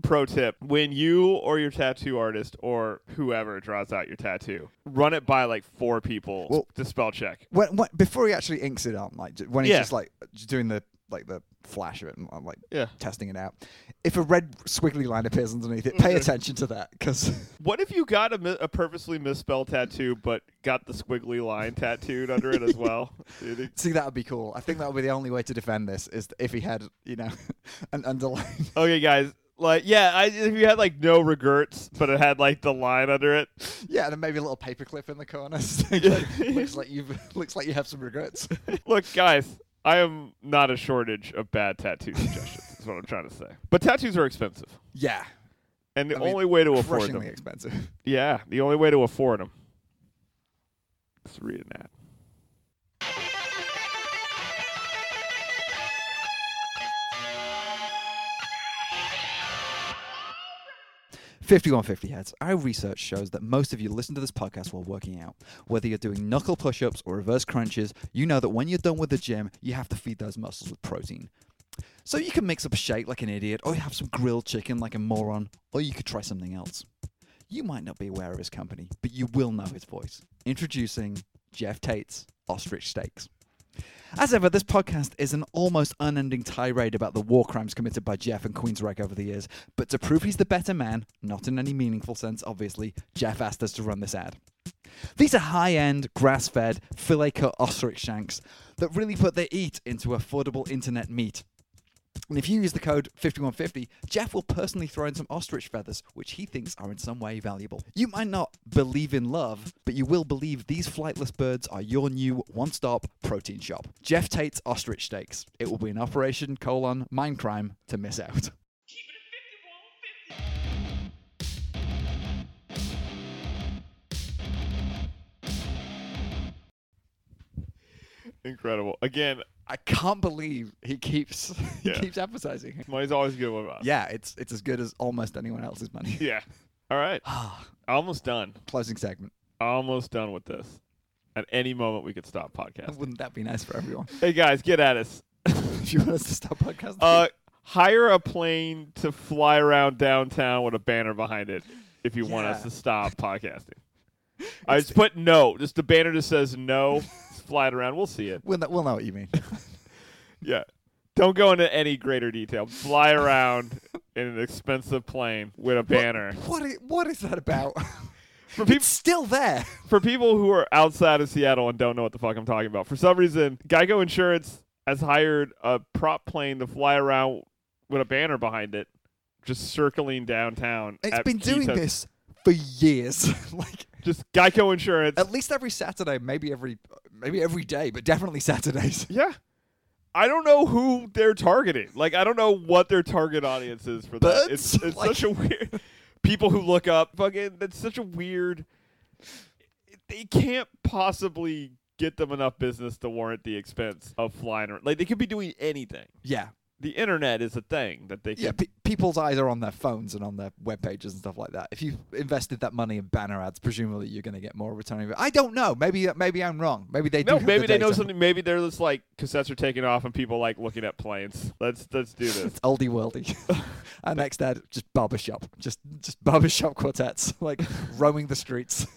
pro tip when you or your tattoo artist or whoever draws out your tattoo run it by like four people
Well-
to spell check
when, when, before he actually inks it on, like j- when he's
Yeah.
just like j- doing the like the flash of it and I'm like
yeah
testing it out. If a red squiggly line appears underneath it, pay attention to that because
what if you got a, mi- a purposely misspelled tattoo but got the squiggly line tattooed under it as well
see that would be cool. I think that would be the only way to defend this is if he had you know an underline.
okay guys like yeah I, if you had like no regrets but it had like the line under it
Yeah, and then maybe a little paperclip in the corner. looks like you looks like you have some regrets.
look guys i am not a shortage of bad tattoo suggestions is what i'm trying to say but tattoos are expensive
Yeah,
and the
I mean,
only way to afford them
crushingly expensive.
Yeah, the only way to afford them is to read an ad.
Fifty-one fifty heads. Our research shows that most of you listen to this podcast while working out. Whether you're doing knuckle push-ups or reverse crunches, you know that when you're done with the gym, you have to feed those muscles with protein. So you can mix up a shake like an idiot, or you have some grilled chicken like a moron, or you could try something else. You might not be aware of his company, but you will know his voice. Introducing Jeff Tate's Ostrich Steaks. As ever, this podcast is an almost unending tirade about the war crimes committed by Jeff and Queensrÿche over the years. But to prove he's the better man, not in any meaningful sense, obviously, Jeff asked us to run this ad. These are high end, grass fed, filet cut ostrich shanks that really put their eat into affordable internet meat. And if you use the code 5150, Jeff will personally throw in some ostrich feathers, which he thinks are in some way valuable. You might not believe in love, but you will believe these flightless birds are your new one stop protein shop. Jeff Tate's Ostrich Steaks. It will be an operation colon mine crime to miss out.
Keep it at 51, 50.
Incredible. Again,
I can't believe he keeps he
Yeah.
keeps advertising. it.
money's always good with us.
Yeah, it's it's as good as almost anyone else's money.
Yeah. All right.
Ah,
Almost done.
Closing segment.
Almost done with this. At any moment, we could stop podcasting.
Wouldn't that be nice for everyone?
Hey, guys, get at us.
if you want us to stop podcasting.
Uh, hire a plane to fly around downtown with a banner behind it if you want us
Yeah.
to stop podcasting. I just put no. Just the banner just says no. Just fly it around. We'll see it.
we'll, know, we'll know what you mean.
Yeah. Don't go into any greater detail. Fly around in an expensive plane with a banner.
What i- what is that about?
for people
it's still there.
for people who are outside of Seattle and don't know what the fuck I'm talking about, for some reason, Geico Insurance has hired a prop plane to fly around with a banner behind it, just circling downtown.
It's
at
been
key
doing
test-
this for years. like
Just Geico Insurance.
at least every Saturday, maybe every maybe every day, but definitely Saturdays.
yeah. I don't know who they're targeting. Like, I don't know what their target audience is for that. It's,
Birds?
it's
Like-
such a weird. People who look up, fucking, that's such a weird. They can't possibly get them enough business to warrant the expense of flying around. Like, they could be doing anything.
Yeah,
the internet is a thing that they
yeah.
can.
Pe- people's eyes are on their phones and on their web pages and stuff like that. If you invested that money in banner ads, presumably you're going to get more return. of it. I don't know. Maybe maybe I'm wrong. Maybe they do
No,
have
maybe
the
they know
data.
something. Maybe they're just like cassettes are taking off and people like looking at planes. Let's let's do this.
It's oldie worldy. Our next ad, just barbershop, just just barbershop quartets, like roaming the streets,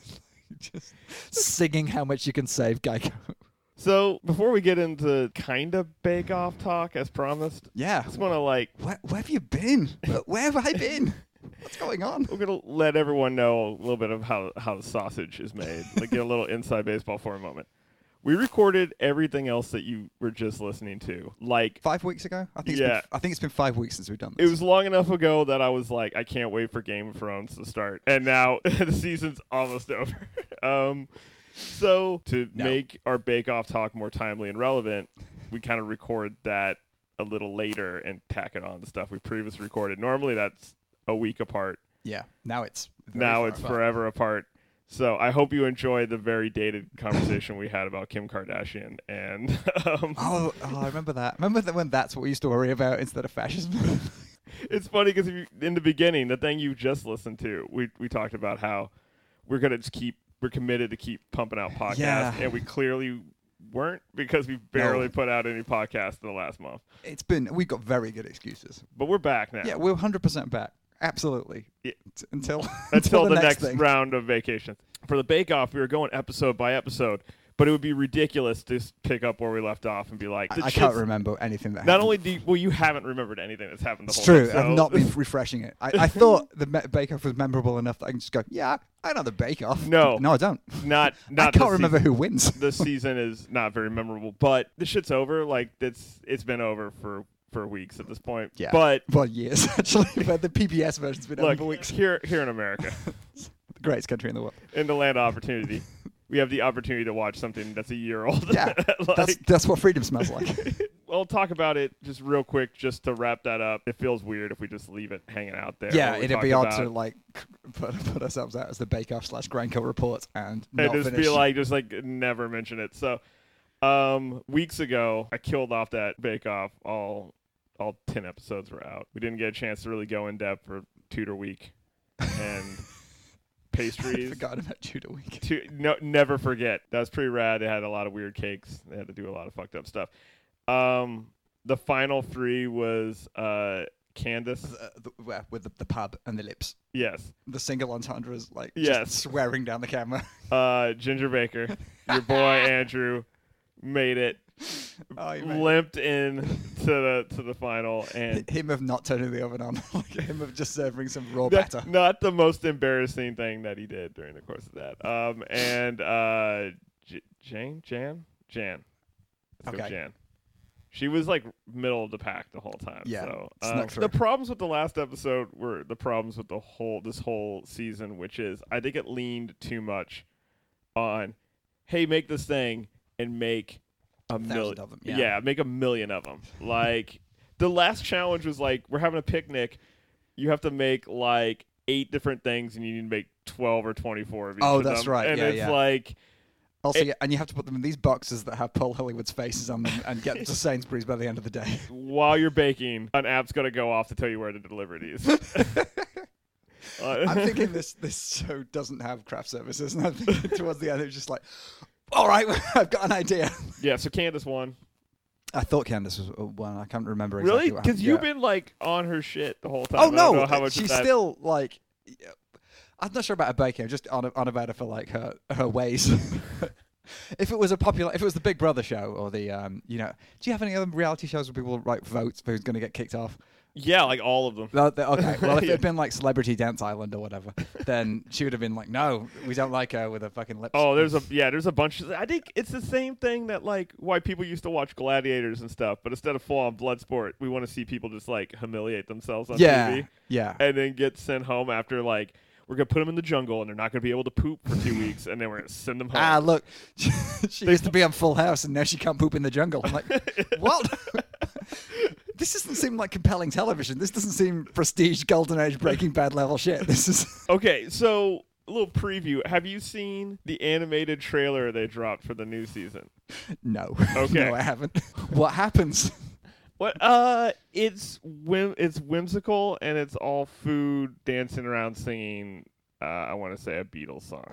just singing how much you can save Geico.
so before we get into kind of bake off talk, as promised,
Yeah,
I just want to like
where, where have you been? Where, where have I been? What's going on?
we're gonna let everyone know a little bit of how how sausage is made. like get a little inside baseball for a moment. We recorded everything else that you were just listening to. Like
Five weeks ago, I think.
Yeah.
It's been, I think it's been five weeks since we've done
it
this.
was long enough ago that I was like, I can't wait for Game of Thrones to start. And now the season's almost over. um, so to
No.
make our Bake Off talk more timely and relevant, we kind of record that a little later and tack it on to stuff we previously recorded. Normally that's a week apart.
yeah. Now it's very
now
far
it's
apart.
forever apart. So I hope you enjoy the very dated conversation we had about Kim Kardashian and um,
Oh, oh, I remember that. Remember that when that's what we used to worry about instead of fascism.
it's funny because in the beginning, the thing you just listened to, we we talked about how we're gonna just keep we're committed to keep pumping out podcasts,
Yeah.
and we clearly weren't because we barely
No.
put out any podcasts in the last month.
it's been we've got very good excuses.
But we're back now
Yeah, we're hundred percent back. Absolutely.
Yeah.
T- Until
until the, next,
thing.
round of vacations. For the Bake Off, we were going episode by episode, but it would be ridiculous to s- pick up where we left off and be like,
I,
"The
I can't
shit's-
remember anything that
Not
happened.
only do you, well, you haven't remembered anything that's happened the whole.
it's true.
so-
I've not been refreshing it. I, I thought the me- Bake Off was memorable enough that I can just go, yeah, I know the Bake Off.
No.
no, I don't.
not not
I
this
can't remember
season.
who wins.
this season is not very memorable, but the shit's over. Like it's it's been over for for weeks at this point.
Yeah.
But
Well, years actually, but the PBS version's been out
look,
for weeks.
here here in America,
The greatest country in the world.
in the land of opportunity, we have the opportunity to watch something that's a year old.
Yeah,
like,
that's that's what freedom smells like.
I'll talk about it just real quick, just to wrap that up. It feels weird if we just leave it hanging out there.
yeah,
while we
it'd
talk
be odd
about-
to like put, put ourselves out as the Bake Off slash Granco report and
and
not
just
finish.
be like, just like never mention it. So, um, weeks ago, I killed off that Bake Off. All all ten episodes were out. We didn't get a chance to really go in depth for Tudor Week and
I
pastries.
forgot about Tudor Week.
Tu- no, never forget. That was pretty rad. They had a lot of weird cakes. They had to do a lot of fucked up stuff. Um, the final three was uh Candace.
uh, the, where- with the, the pub and the lips.
Yes.
The single entendre is like
Yes.
just swearing down the camera.
Uh, Ginger Baker, your boy Andrew, made it.
oh, you made
limped in to the to the final and
it. him of not turning the oven on, like him of just serving some raw
that's
batter.
not the most embarrassing thing that he did during the course of that. Um and uh J- Jane Jan Jan Let's go
Okay.
Jan. She was like middle of the pack the whole time.
Yeah,
So
snuck
um,
through.
the problems with the last episode were the problems with the whole this whole season, which is I think it leaned too much on, hey, make this thing and make a
thousand
million
of them,
Yeah.
yeah.
make a million of them. Like the last challenge was like we're having a picnic, you have to make like eight different things and you need to make twelve or twenty four of each.
Oh,
of
that's
them.
right.
And
Yeah,
it's
yeah.
like
Also,
it-
yeah, and you have to put them in these boxes that have Paul Hollywood's faces on them and get them to Sainsbury's by the end of the day.
while you're baking, an app's gonna go off to tell you where to deliver these. Uh,
I'm thinking this this show doesn't have craft services, and I'm thinking towards the end it's just like, all right, I've got an idea.
yeah, so Candace won.
I thought Candace was uh, one. I can't remember
Really?
exactly. what
Because
happened.
you've
Yeah.
been like on her shit the whole time.
Oh
I don't
no,
know how
uh,
much of
she's
that-
still like. I'm not sure about her baking. I'm just on, on about her for like her her ways. if it was a popular, if it was the Big Brother show or the um, you know, do you have any other reality shows where people like vote for who's going to get kicked off?
Yeah, like all of them.
That- that- okay. Well, if it had been like Celebrity Dance Island or whatever, then she would have been like, "No, we don't like her with her fucking lips."
Oh, there's a yeah, there's a bunch. Of, I think it's the same thing that like why people used to watch gladiators and stuff, but instead of full on blood sport, we want to see people just like humiliate themselves on
yeah,
TV
yeah.
and then get sent home after like we're gonna put them in the jungle and they're not gonna be able to poop for two weeks, and then we're gonna send them home.
Ah, look, she used to be on Full House, and now she can't poop in the jungle. I'm like, what? this doesn't seem like compelling television. This doesn't seem prestige, golden age, Breaking Bad level shit. This is
Okay, so a little preview. Have you seen the animated trailer they dropped for the new season?
no,
Okay.
no, I haven't. What happens?
What? Uh, it's whim. It's whimsical and it's all food, dancing around, singing. Uh, I want to say a Beatles song,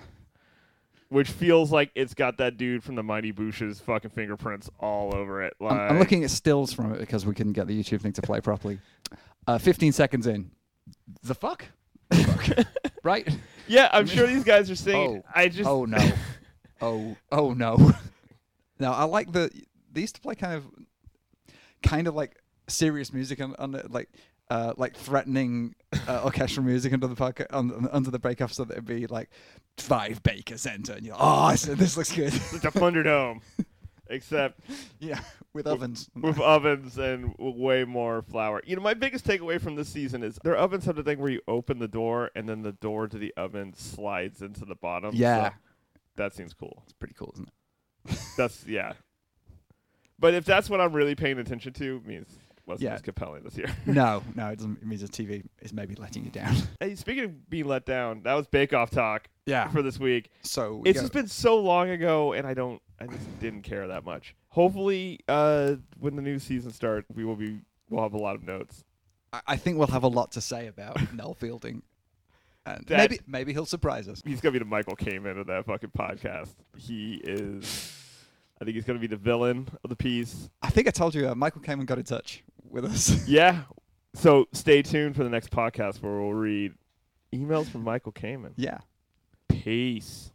which feels like it's got that dude from the Mighty Boosh's fucking fingerprints all over it. Like,
I'm, I'm looking at stills from it because we couldn't get the YouTube thing to play properly. Uh, 15 seconds in. The fuck? right?
Yeah, I'm sure these guys are singing.
Oh.
I just.
Oh no. Oh oh no. now I like the they used to play kind of kind of like serious music on, on the, like uh, like threatening uh, orchestral music under the park, on, on- under the break off so that it'd be like five bakers enter and you're like, oh this, this looks good
It's a Thunderdome, except
yeah with ovens
with ovens and way more flour. You know, my biggest takeaway from this season is their ovens have the thing where you open the door and then the door to the oven slides into the bottom. so
Yeah.
that seems cool.
it's pretty cool isn't it
That's yeah. But if that's what I'm really paying attention to, it means wasn't
Yeah.
as compelling this year.
no no it doesn't it means the TV is maybe letting you down
hey, speaking of being let down, that was Bake Off talk
yeah
for this week.
so we
It's
go-
just been so long ago, and I don't, I just didn't care that much. Hopefully, uh, when the new season starts, we will be, we'll have a lot of notes.
I- I think we'll have a lot to say about Noel Fielding and
That-
maybe maybe he'll surprise us
he's gonna be the Michael Kamen of that fucking podcast. He is. I think he's gonna be the villain of the piece.
I think I told you uh, Michael came and got in touch with us.
Yeah. So stay tuned for the next podcast where we'll read emails from Michael Kamen.
yeah.
Peace.